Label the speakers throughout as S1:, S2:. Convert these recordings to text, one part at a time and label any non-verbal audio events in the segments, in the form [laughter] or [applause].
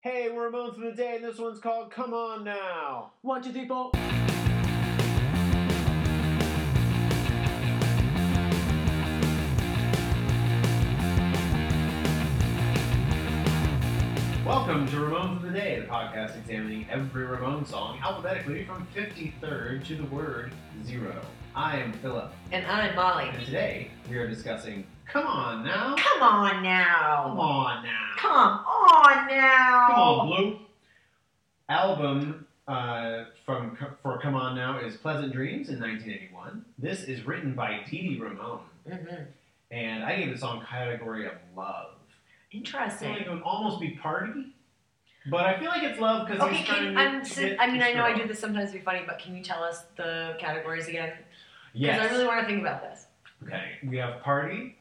S1: Hey, we're Ramones for the Day, and this one's called Come On Now.
S2: One, two, three, four.
S1: Welcome to Ramones for the Day, the podcast examining every Ramone song alphabetically from 53rd to the word zero. I am Philip,
S3: And I'm Molly.
S1: and today we are discussing Come On Now.
S3: Come on
S1: Come
S3: now.
S1: On Now.
S3: Come on now.
S1: Come on, Blue. Album uh, from for Come On Now is Pleasant Dreams in 1981. This is written by T.D. Ramone,
S3: hmm
S1: and I gave the song category of love. I feel like
S3: Interesting.
S1: it would almost be party, but I feel like it's love because
S3: Okay,
S1: he's trying
S3: can, I'm,
S1: to
S3: si-
S1: get
S3: I mean,
S1: Oh
S3: I
S1: this
S3: know I
S1: girl.
S3: do this sometimes to be funny, but can you tell us the categories again? Because
S1: Yes.
S3: I really want to think about this.
S1: Okay, we have party,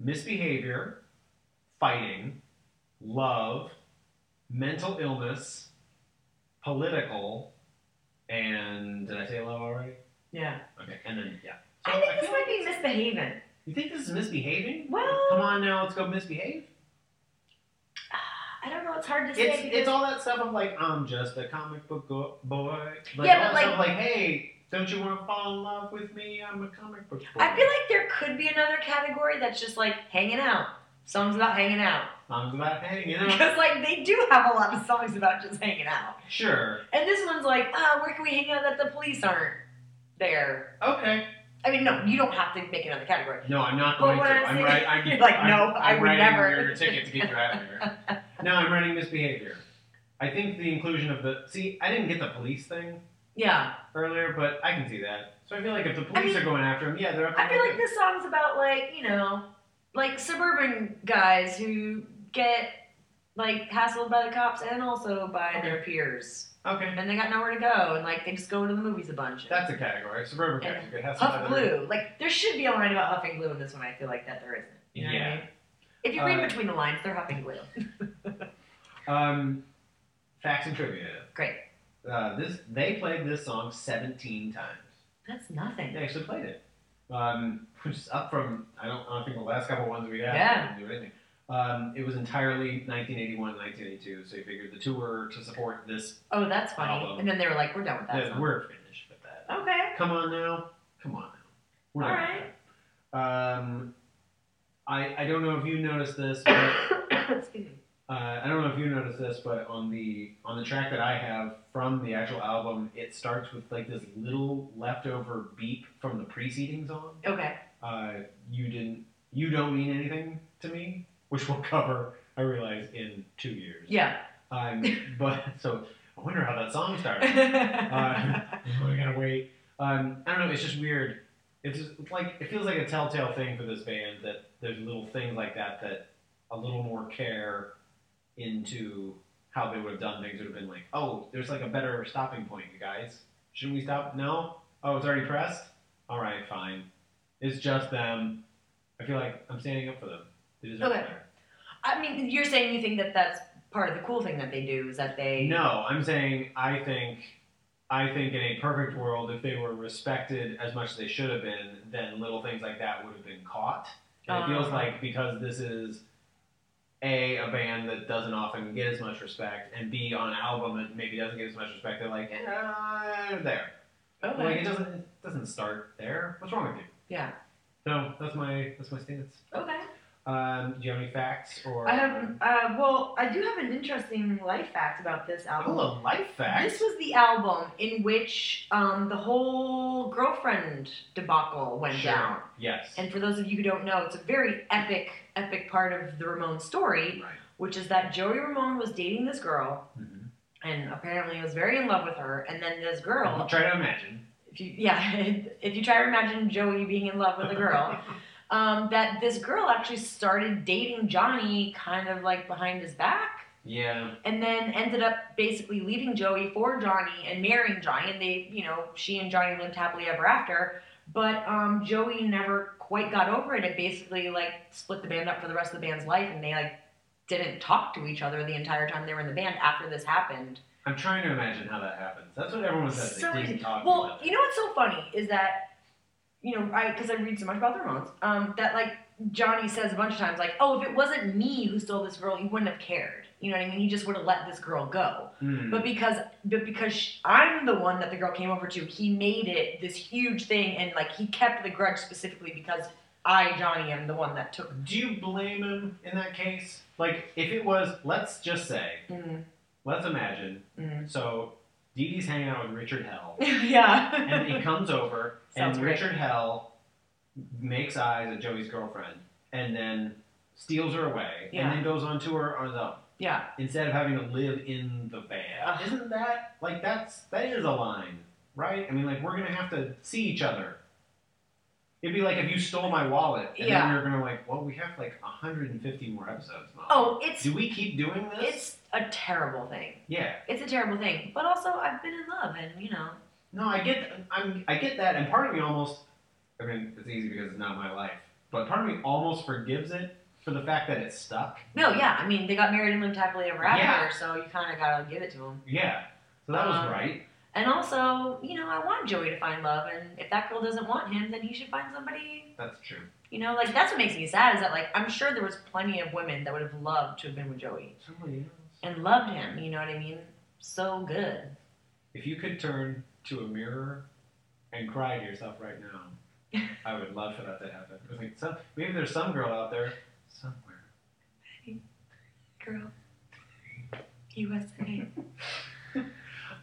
S1: misbehavior, fighting, love, mental illness, political, and did I say love already?
S3: Yeah.
S1: Okay, and then yeah. So
S3: I think this
S1: feel
S3: might
S1: like
S3: be misbehaving.
S1: You think this is misbehaving? Come
S3: Well,
S1: on now, let's go misbehave.
S3: I don't know. It's hard to say.
S1: It's
S3: because-
S1: it's all that stuff of like I'm just a comic book go- boy. Like,
S3: Yeah,
S1: all
S3: but,
S1: that stuff like hey, don't you want to fall in love with me? I'm a comic book boy.
S3: I feel like there could be another category that's just like hanging out. Songs about hanging out.
S1: I'm glad hanging out.
S3: Because like they do have a lot of songs about just hanging out.
S1: sure.
S3: And this one's like, oh, where can we hang out that the police aren't there?
S1: Okay.
S3: I mean, no, you don't have to make another category.
S1: No, I'm not
S3: But
S1: going to.
S3: what I'm
S1: I'm
S3: saying-
S1: right. I,
S3: [laughs] You're like,
S1: I'm,
S3: no, I
S1: I'm
S3: would
S1: writing
S3: never.
S1: your ticket to get you out of
S3: [laughs]
S1: here. No, I'm running misbehavior. I think the inclusion of the see, I didn't get the police thing
S3: Yeah.
S1: earlier, but I can see that. So I feel like if the police
S3: mean,
S1: are going after him, yeah, they're. Up to
S3: I feel
S1: no
S3: like
S1: good.
S3: this song's about, like, you know, like suburban guys who get, like, hassled by the cops and also by their peers.
S1: Okay,
S3: And they got nowhere to go. And, like, they just go to the movies a bunch.
S1: that's a category. Suburban
S3: Yeah.
S1: guys are good. That's
S3: Huff
S1: another-
S3: glue. Like, there should be a line about huffing glue in this one. I feel like that there isn't. You know
S1: Yeah.
S3: What I mean? If you read
S1: Uh,
S3: between the lines, they're huffing glue.
S1: Um, facts and trivia.
S3: Great.
S1: Uh, this they played this song 17 times.
S3: That's nothing.
S1: They actually played it, um, [laughs] which is up from I don't, I don't think the last couple ones we had.
S3: Yeah.
S1: Didn't do anything. Um, it was entirely 1981, 1982. So you figured the tour to support this.
S3: Oh, that's funny.
S1: Album.
S3: And then they were like, we're done with that
S1: that
S3: song.
S1: we're finished with that.
S3: Okay. [coughs]
S1: Come on now, come on now. We're
S3: All
S1: done with that. Um, I I don't know if you noticed this, but
S3: Excuse me.
S1: Uh, I don't know if you noticed this, but on the on the track that I have from the actual album, it starts with like this little leftover beep from the preceding song.
S3: Okay.
S1: Uh, you didn't, you don't mean anything to me, which we'll cover. I realize in two years.
S3: Yeah.
S1: [laughs] Um, but so I wonder how that song started.
S3: uh,
S1: [laughs] I gotta wait. Um, I don't know. It's just weird. It's just it's like it feels like a telltale thing for this band that there's little things like that that a little more care into how they would have done things would have been like, oh, there's like a better stopping point, you guys. Shouldn't we stop? No. Oh, it's already pressed. All right, fine. It's just them. I feel like I'm standing up for them. They deserve
S3: Okay.
S1: better.
S3: I mean, you're saying you think that that's part of the cool thing that they do is that they.
S1: No, I'm saying I think I think in a perfect world, if they were respected as much as they should have been, then little things like that would have been caught. And it feels
S3: Uh-huh.
S1: like because this is a a band that doesn't often get as much respect, and B on an album that maybe doesn't get as much respect, they're like eh, there.
S3: Okay.
S1: Like it doesn't it doesn't start there. What's wrong with you?
S3: yeah.
S1: So that's my that's my stance.
S3: Okay.
S1: Um, do you have any facts or?
S3: I have. Uh, well, I do have an interesting life fact about this album.
S1: Oh, a life fact.
S3: This was the album in which um, the whole girlfriend debacle went
S1: Sure.
S3: down.
S1: Yes.
S3: And for those of you who don't know, it's a very epic, epic part of the Ramon story,
S1: right.
S3: which is that Joey Ramone was dating this girl
S1: Mhm.
S3: and apparently was very in love with her. And then this girl
S1: Try to imagine.
S3: if you yeah [laughs] if you try to imagine joey being in love with a girl um, that this girl actually started dating johnny kind of like behind his back
S1: Yeah.
S3: and then ended up basically leaving joey for johnny and marrying johnny and they you know she and johnny lived happily ever after but um, joey never quite got over it and basically like split the band up for the rest of the band's life and they like didn't talk to each other the entire time they were in the band after this happened
S1: I'm trying to imagine how that happens. That's what everyone says.
S3: So
S1: they didn't
S3: easy.
S1: talk
S3: Well,
S1: about
S3: you know what's so funny is that, you know, I because I read so much about the Ramones, um, that like Johnny says a bunch of times, like, oh, if it wasn't me who stole this girl, he wouldn't have cared. You know what I mean? He just would have let this girl go.
S1: Hmm.
S3: But because but because sh- I'm the one that the girl came over to, he made it this huge thing and like he kept the grudge specifically because I, Johnny, am the one that took
S1: Do you blame him in that case? Like, if it was, let's just say,
S3: mm,
S1: let's imagine.
S3: mm.
S1: So, Dee Dee's hanging out with Richard
S3: [laughs]
S1: Hell, and
S3: [laughs] Yeah.
S1: he comes over, and
S3: Sounds great.
S1: Richard Hell makes eyes at Joey's girlfriend, and then steals her away,
S3: Yeah.
S1: and then goes on tour on his own
S3: [laughs] yeah.
S1: instead of having to live in the van.
S3: Ugh.
S1: Isn't that like that's that is a line, right? I mean, like we're gonna have to see each other. It'd be like if you stole my wallet, and
S3: Yeah.
S1: then you're gonna like, well, we have like 150 more episodes. Mom.
S3: Oh, it's
S1: do we keep doing this?
S3: it's a terrible thing.
S1: yeah.
S3: It's a terrible thing. But also I've been in love and you know.
S1: No, I get, I'm, I get that, and part of me almost, I mean, it's easy because it's not my life, but part of me almost forgives it for the fact that it stuck.
S3: No, yeah. I mean they got married and lived happily ever after,
S1: Yeah.
S3: so you kinda gotta give it to him.
S1: Yeah. So that was
S3: Um,
S1: right.
S3: And also, you know, I want Joey to find love and if that girl doesn't want him, then he should find somebody
S1: That's true.
S3: You know, like that's what makes me sad is that like I'm sure there was plenty of women that would have loved to have been with Joey
S1: Somebody else.
S3: and loved him. You know what I mean? So good.
S1: If you could turn to a mirror and cry to yourself right now, I would love for that to happen. I mean, some, maybe there's some girl out there somewhere.
S3: Girl, USA.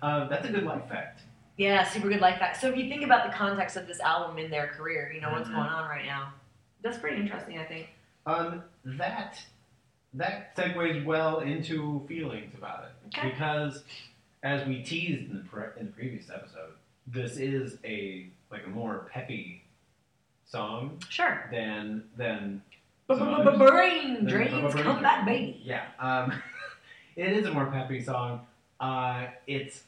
S1: Uh, that's a good life fact.
S3: yeah, super good life fact. So if you think about the context of this album in their career, you know what's
S1: Mhm.
S3: going on right now. That's pretty interesting, I think.
S1: Um, that that segues well into feelings about it
S3: Okay.
S1: because, as we teased in the pre- in the previous episode, this is a like a more peppy song
S3: Sure.
S1: than than Songs.
S3: Brain
S1: Then
S3: dreams
S1: Bubba
S3: come
S1: Brain
S3: back,
S1: Dreams.
S3: baby.
S1: Yeah, um, [laughs] it is a more peppy song. Uh, it's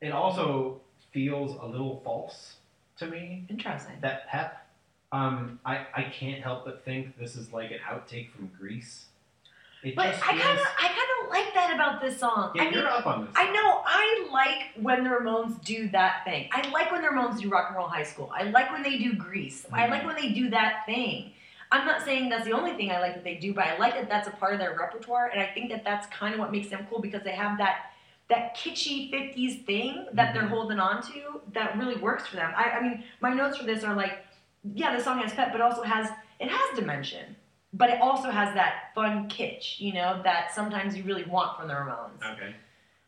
S1: it also feels a little false to me.
S3: Interesting.
S1: That pep, um, I I can't help but think this is like an outtake from Grease. It
S3: But
S1: just
S3: I kind of,
S1: feels-
S3: I kind of like that about this song.
S1: yeah,
S3: I mean,
S1: you're up on this.
S3: I know. I like when the Ramones do that thing. I like when the Ramones do Rock and Roll High School. I like when they do Grease. I like when they do that thing. I'm not saying that's the only thing I like that they do, but I like that that's a part of their repertoire, and I think that that's kind of what makes them cool because they have that that kitschy 50s thing that they're
S1: Mhm.
S3: holding on to that really works for them. I, I mean, my notes for this are like, yeah, the song has pep, but also has it has dimension, but it also has that fun kitsch, you know, that sometimes you really want from the Ramones.
S1: Okay.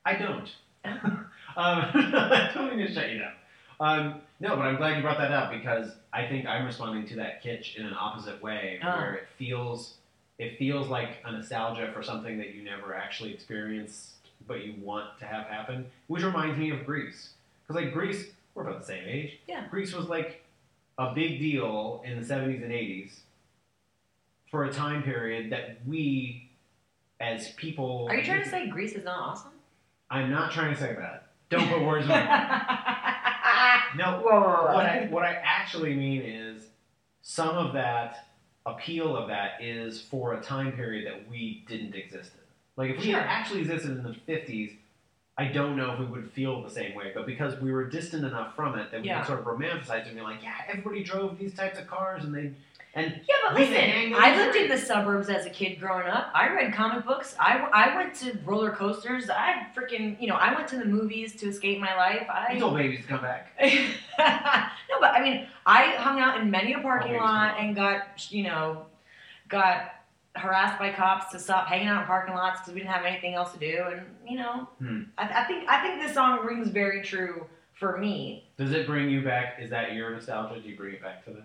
S1: I don't.
S3: Oh.
S1: [laughs] um, [laughs] I don't mean to shut you down. Um, no, but I'm glad you brought that up because I think I'm responding to that kitsch in an opposite way,
S3: Oh.
S1: where it feels it feels like a nostalgia for something that you never actually experienced, but you want to have happen. Which reminds me of Greece, because like Greece, we're about the same age.
S3: Yeah.
S1: Greece was like a big deal in the 70s and 80s for a time period that we, as people,
S3: Are you trying to say Greece is not awesome?
S1: I'm not trying to say that. Don't put
S3: [laughs]
S1: words in my mouth.
S3: whoa,
S1: No, what I, what I actually mean is some of that appeal of that is for a time period that we didn't exist in. Like, if we
S3: Sure.
S1: had actually existed in the 50s, I don't know if we would feel the same way, but because we were distant enough from it that we
S3: Yeah.
S1: could sort of romanticize it and be like, yeah, everybody drove these types of cars and they. And
S3: Yeah, but
S1: We can
S3: listen,
S1: hang
S3: I
S1: on
S3: lived
S1: to
S3: in the suburbs as a kid growing up. I read comic books. I, I went to roller coasters. I freaking, you know, I went to the movies to escape my life.
S1: you
S3: I.
S1: told babies to come back.
S3: [laughs] no, but I mean, I hung out in many a parking
S1: Always
S3: lot
S1: not.
S3: and got, you know, got harassed by cops to stop hanging out in parking lots because we didn't have anything else to do. And you know,
S1: Hmm.
S3: I, I think I think this song rings very true for me.
S1: Does it bring you back? Is that your nostalgia? Do you bring it back to that?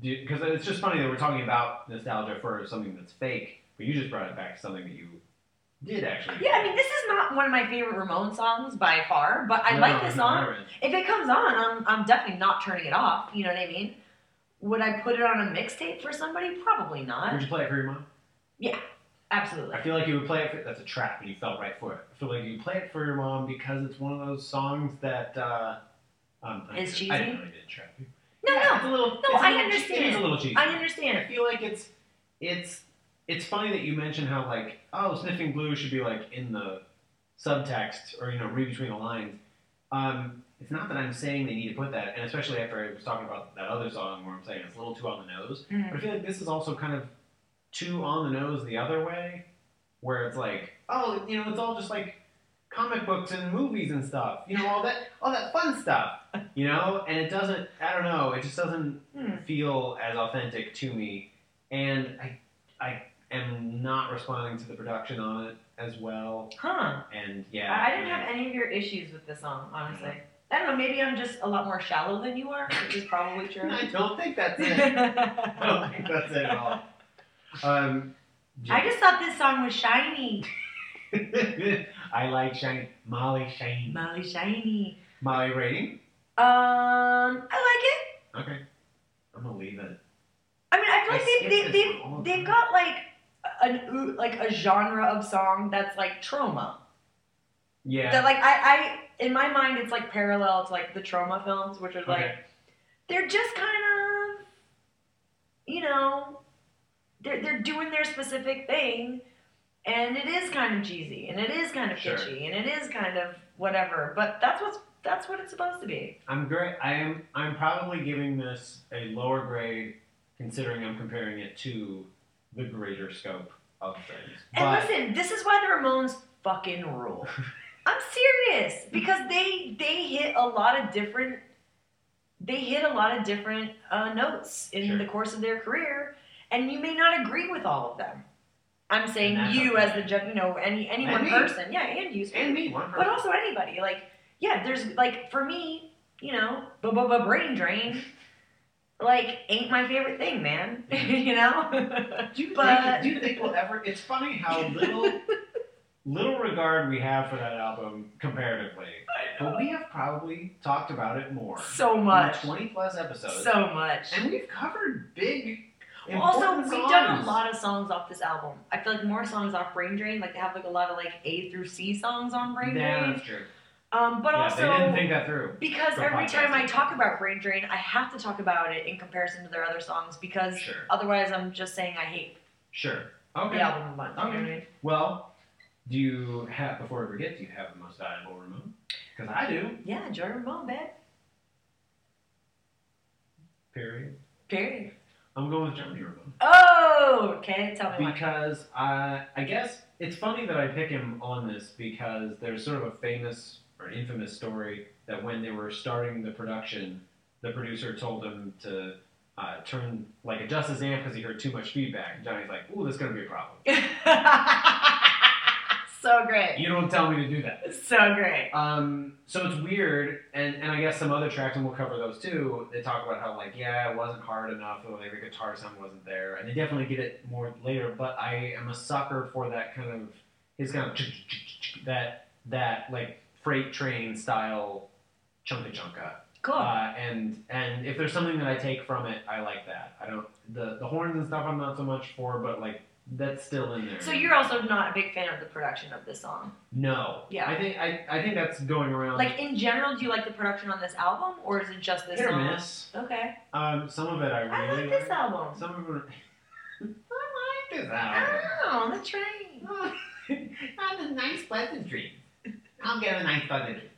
S1: Because it's just funny that we're talking about nostalgia for something that's fake, but you just brought it back to something that you did actually.
S3: Yeah, I mean, this is not one of my favorite Ramon songs by far, but I
S1: No,
S3: like
S1: no,
S3: this
S1: no, I
S3: song.
S1: read-
S3: If it comes on, I'm, I'm definitely not turning it off. You know what I mean? Would I put it on a mixtape for somebody? Probably not.
S1: Would you play it for your mom?
S3: Absolutely.
S1: I feel like you would play it. For, that's a trap, and you fell right for it. I feel like you play it for your mom because it's one of those songs that. Uh, um, I-
S3: Is
S1: I
S3: cheesy?
S1: didn't really did trap you.
S3: No,
S1: Yeah,
S3: no.
S1: it's a little. it's a
S3: I
S1: little-
S3: understand.
S1: It is a little cheesy.
S3: I
S1: I
S3: understand.
S1: feel like it's it's it's funny that you mention how like oh sniffing blue should be like in the subtext or you know read between the lines. Um, it's not that I'm saying they need to put that, and especially after I was talking about that other song where I'm saying it's a little too on the nose. But
S3: Mm.
S1: I feel like this is also kind of too on the nose the other way, where it's like oh, you know, it's all just like comic books and movies and stuff. You know, all that all that fun stuff. You know, and it doesn't. I don't know. It just doesn't
S3: Hmm.
S1: feel as authentic to me, and I I am not responding to the production on it as well.
S3: Huh.
S1: And yeah,
S3: I I didn't have any of your issues with this song, honestly. I don't know. Maybe I'm just a lot more shallow than you are, which is probably
S1: [laughs]
S3: true. [laughs]
S1: I don't think that's it. I don't think
S3: I
S1: that's it at all. Um, Jen-
S3: just thought this song was shiny.
S1: [laughs] I like Shiny Molly Shane.
S3: Molly Shiny.
S1: Molly rating?
S3: Um, I like it.
S1: Okay. I'm gonna leave it.
S3: I mean, I
S1: I
S3: feel like
S1: skip
S3: they, they,
S1: this
S3: they've,
S1: one all the
S3: they've
S1: time.
S3: got like an oo- like a genre of song that's like trauma.
S1: Yeah.
S3: That like I, I in my mind it's like parallel to like the trauma films, which are like
S1: Okay.
S3: they're just kind of you know they're they're doing their specific thing, and it is kind of cheesy, and it is kind of
S1: Sure.
S3: kitschy, and it is kind of whatever. But that's what's that's what it's supposed to be.
S1: I'm great. I am. I'm probably giving this a lower grade, considering I'm comparing it to the greater scope of things.
S3: And
S1: But
S3: listen, this is why the Ramones fucking
S1: [laughs]
S3: rule. I'm serious because they they hit a lot of different they hit a lot of different uh, notes in
S1: Sure.
S3: the course of their career, and you may not agree with all of them. I'm saying
S1: that's
S3: you
S1: okay.
S3: as the judge, you know, any any
S1: And
S3: one
S1: me.
S3: person, yeah, and you,
S1: and me, one
S3: but
S1: person.
S3: also anybody. Like, yeah, there's like for me, you know, bu- bu- bu- brain drain, like ain't my favorite thing, man. [laughs]
S1: [laughs]
S3: you know,
S1: do you
S3: but-
S1: think? Do you think [laughs] we'll ever? It's funny how little, [laughs] little regard we have for that album comparatively. But we have probably talked about it more.
S3: so much.
S1: in Twenty plus episodes.
S3: so much.
S1: and we've covered big.
S3: Well, also,
S1: important
S3: we've done a
S1: songs.
S3: lot of songs off this album. I feel like more songs off Brain Drain. Like they have like a lot of like A through C songs on Brain
S1: Yeah,
S3: Drain.
S1: that's true.
S3: Um, but
S1: yeah, they didn't
S3: also
S1: think that through.
S3: because
S1: for
S3: every time I
S1: podcasting.
S3: talk about Brain Drain, I have to talk about it in comparison to their other songs because
S1: Sure.
S3: otherwise I'm just saying I hate
S1: Sure. Okay.
S3: the album a bunch. You know what I mean?
S1: Well, do you have before we forget? Do you have the most valuable remote? Because I do.
S3: Yeah, Joy Ramone, babe.
S1: Period.
S3: Period.
S1: I'm going with Germany remote
S3: Oh, okay. Tell me why.
S1: because I I guess it's funny that I pick him on this because there's sort of a famous or infamous story that when they were starting the production, the producer told him to. Uh, turn like adjust his amp because he heard too much feedback. And Johnny's like, "Ooh, that's gonna be a problem."
S3: [laughs] so great.
S1: You don't tell me to do that.
S3: So great.
S1: Um, so it's weird, and, and I guess some other tracks, and we'll cover those too. They talk about how like yeah, it wasn't hard enough, or like the guitar sound wasn't there, and they definitely get it more later. But I am a sucker for that kind of his kind of that that like freight train style chunka chunka.
S3: Cool.
S1: Uh, and and if there's something that I take from it, I like that. I don't the the horns and stuff I'm not so much for, but like that's still in there.
S3: so you're also not a big fan of the production of this song.
S1: no,
S3: Yeah.
S1: I think I, I think that's going around
S3: Like in general, do you like the production on this album, or is it just this
S1: hit or
S3: song?
S1: miss.
S3: Okay,
S1: Um, some of it I
S3: I
S1: really
S3: like this album.
S1: Some of it. [laughs] I like this
S3: Oh, the train.
S1: [laughs] Not a nice pleasant dream. I'll get a nice pleasant dream.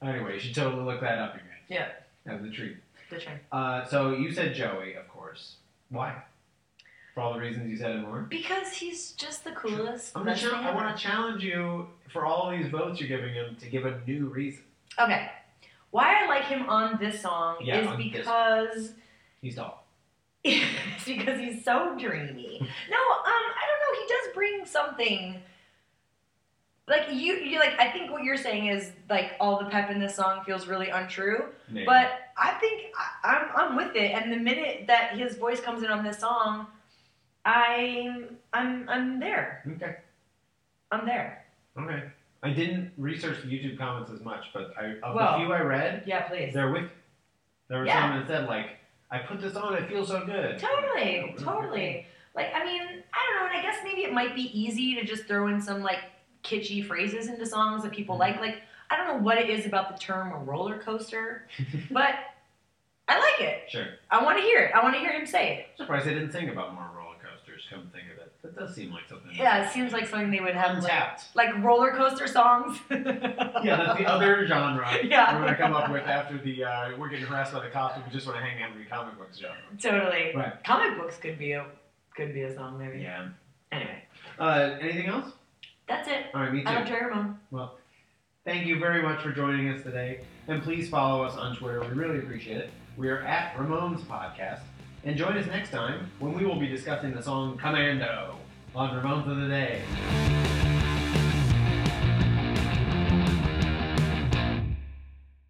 S1: Anyway, you should totally look that up again.
S3: Yeah.
S1: Have the treat.
S3: The train.
S1: Uh, so you said Joey, of course. Why? For all the reasons you said and more.
S3: Because he's just the coolest.
S1: I'm gonna
S3: best
S1: chal-
S3: thing
S1: I want
S3: ever.
S1: to challenge you for all these votes you're giving him to give a new reason.
S3: Okay, why I like him on this song
S1: Yeah,
S3: is
S1: on this
S3: because
S1: He's tall.
S3: [laughs] it's because he's so dreamy. No, um, I don't know. He does bring something. Like you, you like. I think what you're saying is like all the pep in this song feels really untrue.
S1: Maybe.
S3: But I think I, I'm I'm with it. And the minute that his voice comes in on this song, I'm I'm I'm there.
S1: okay,
S3: I'm there.
S1: okay. I didn't research the YouTube comments as much, but I of
S3: Well-
S1: the few I read,
S3: Yeah, please.
S1: They're with. There were
S3: Yeah.
S1: some that said like, "I put this on, it feels so good." [laughs]
S3: Totally, totally. Like I mean, I don't know. And I guess maybe it might be easy to just throw in some like kitschy phrases into songs that people
S1: Mhm.
S3: like. Like I don't know what it is about the term roller coaster, but I like it.
S1: Sure.
S3: I want to hear it. I want to hear him say it.
S1: Surprised they didn't think about more roller coasters. Come think of it, that does seem like something.
S3: Yeah, it seems like
S1: [laughs]
S3: something they would have like,
S1: untapped.
S3: like roller coaster songs. [laughs]
S1: yeah, that's the other genre
S3: Yeah.
S1: we're gonna come up with after the uh, we're getting harassed by the cops. We just want to hang out and read comic books genre.
S3: Totally.
S1: Right.
S3: Comic books could be a could be a song maybe.
S1: Yeah.
S3: Anyway.
S1: Uh, anything else?
S3: That's it.
S1: All right, me too.
S3: I love Joey Ramone.
S1: Well, thank you very much for joining us today. And please follow us on Twitter. We really appreciate it. We are at Ramones Podcast. And join us next time when we will be discussing the song Commando on Ramones of the Day.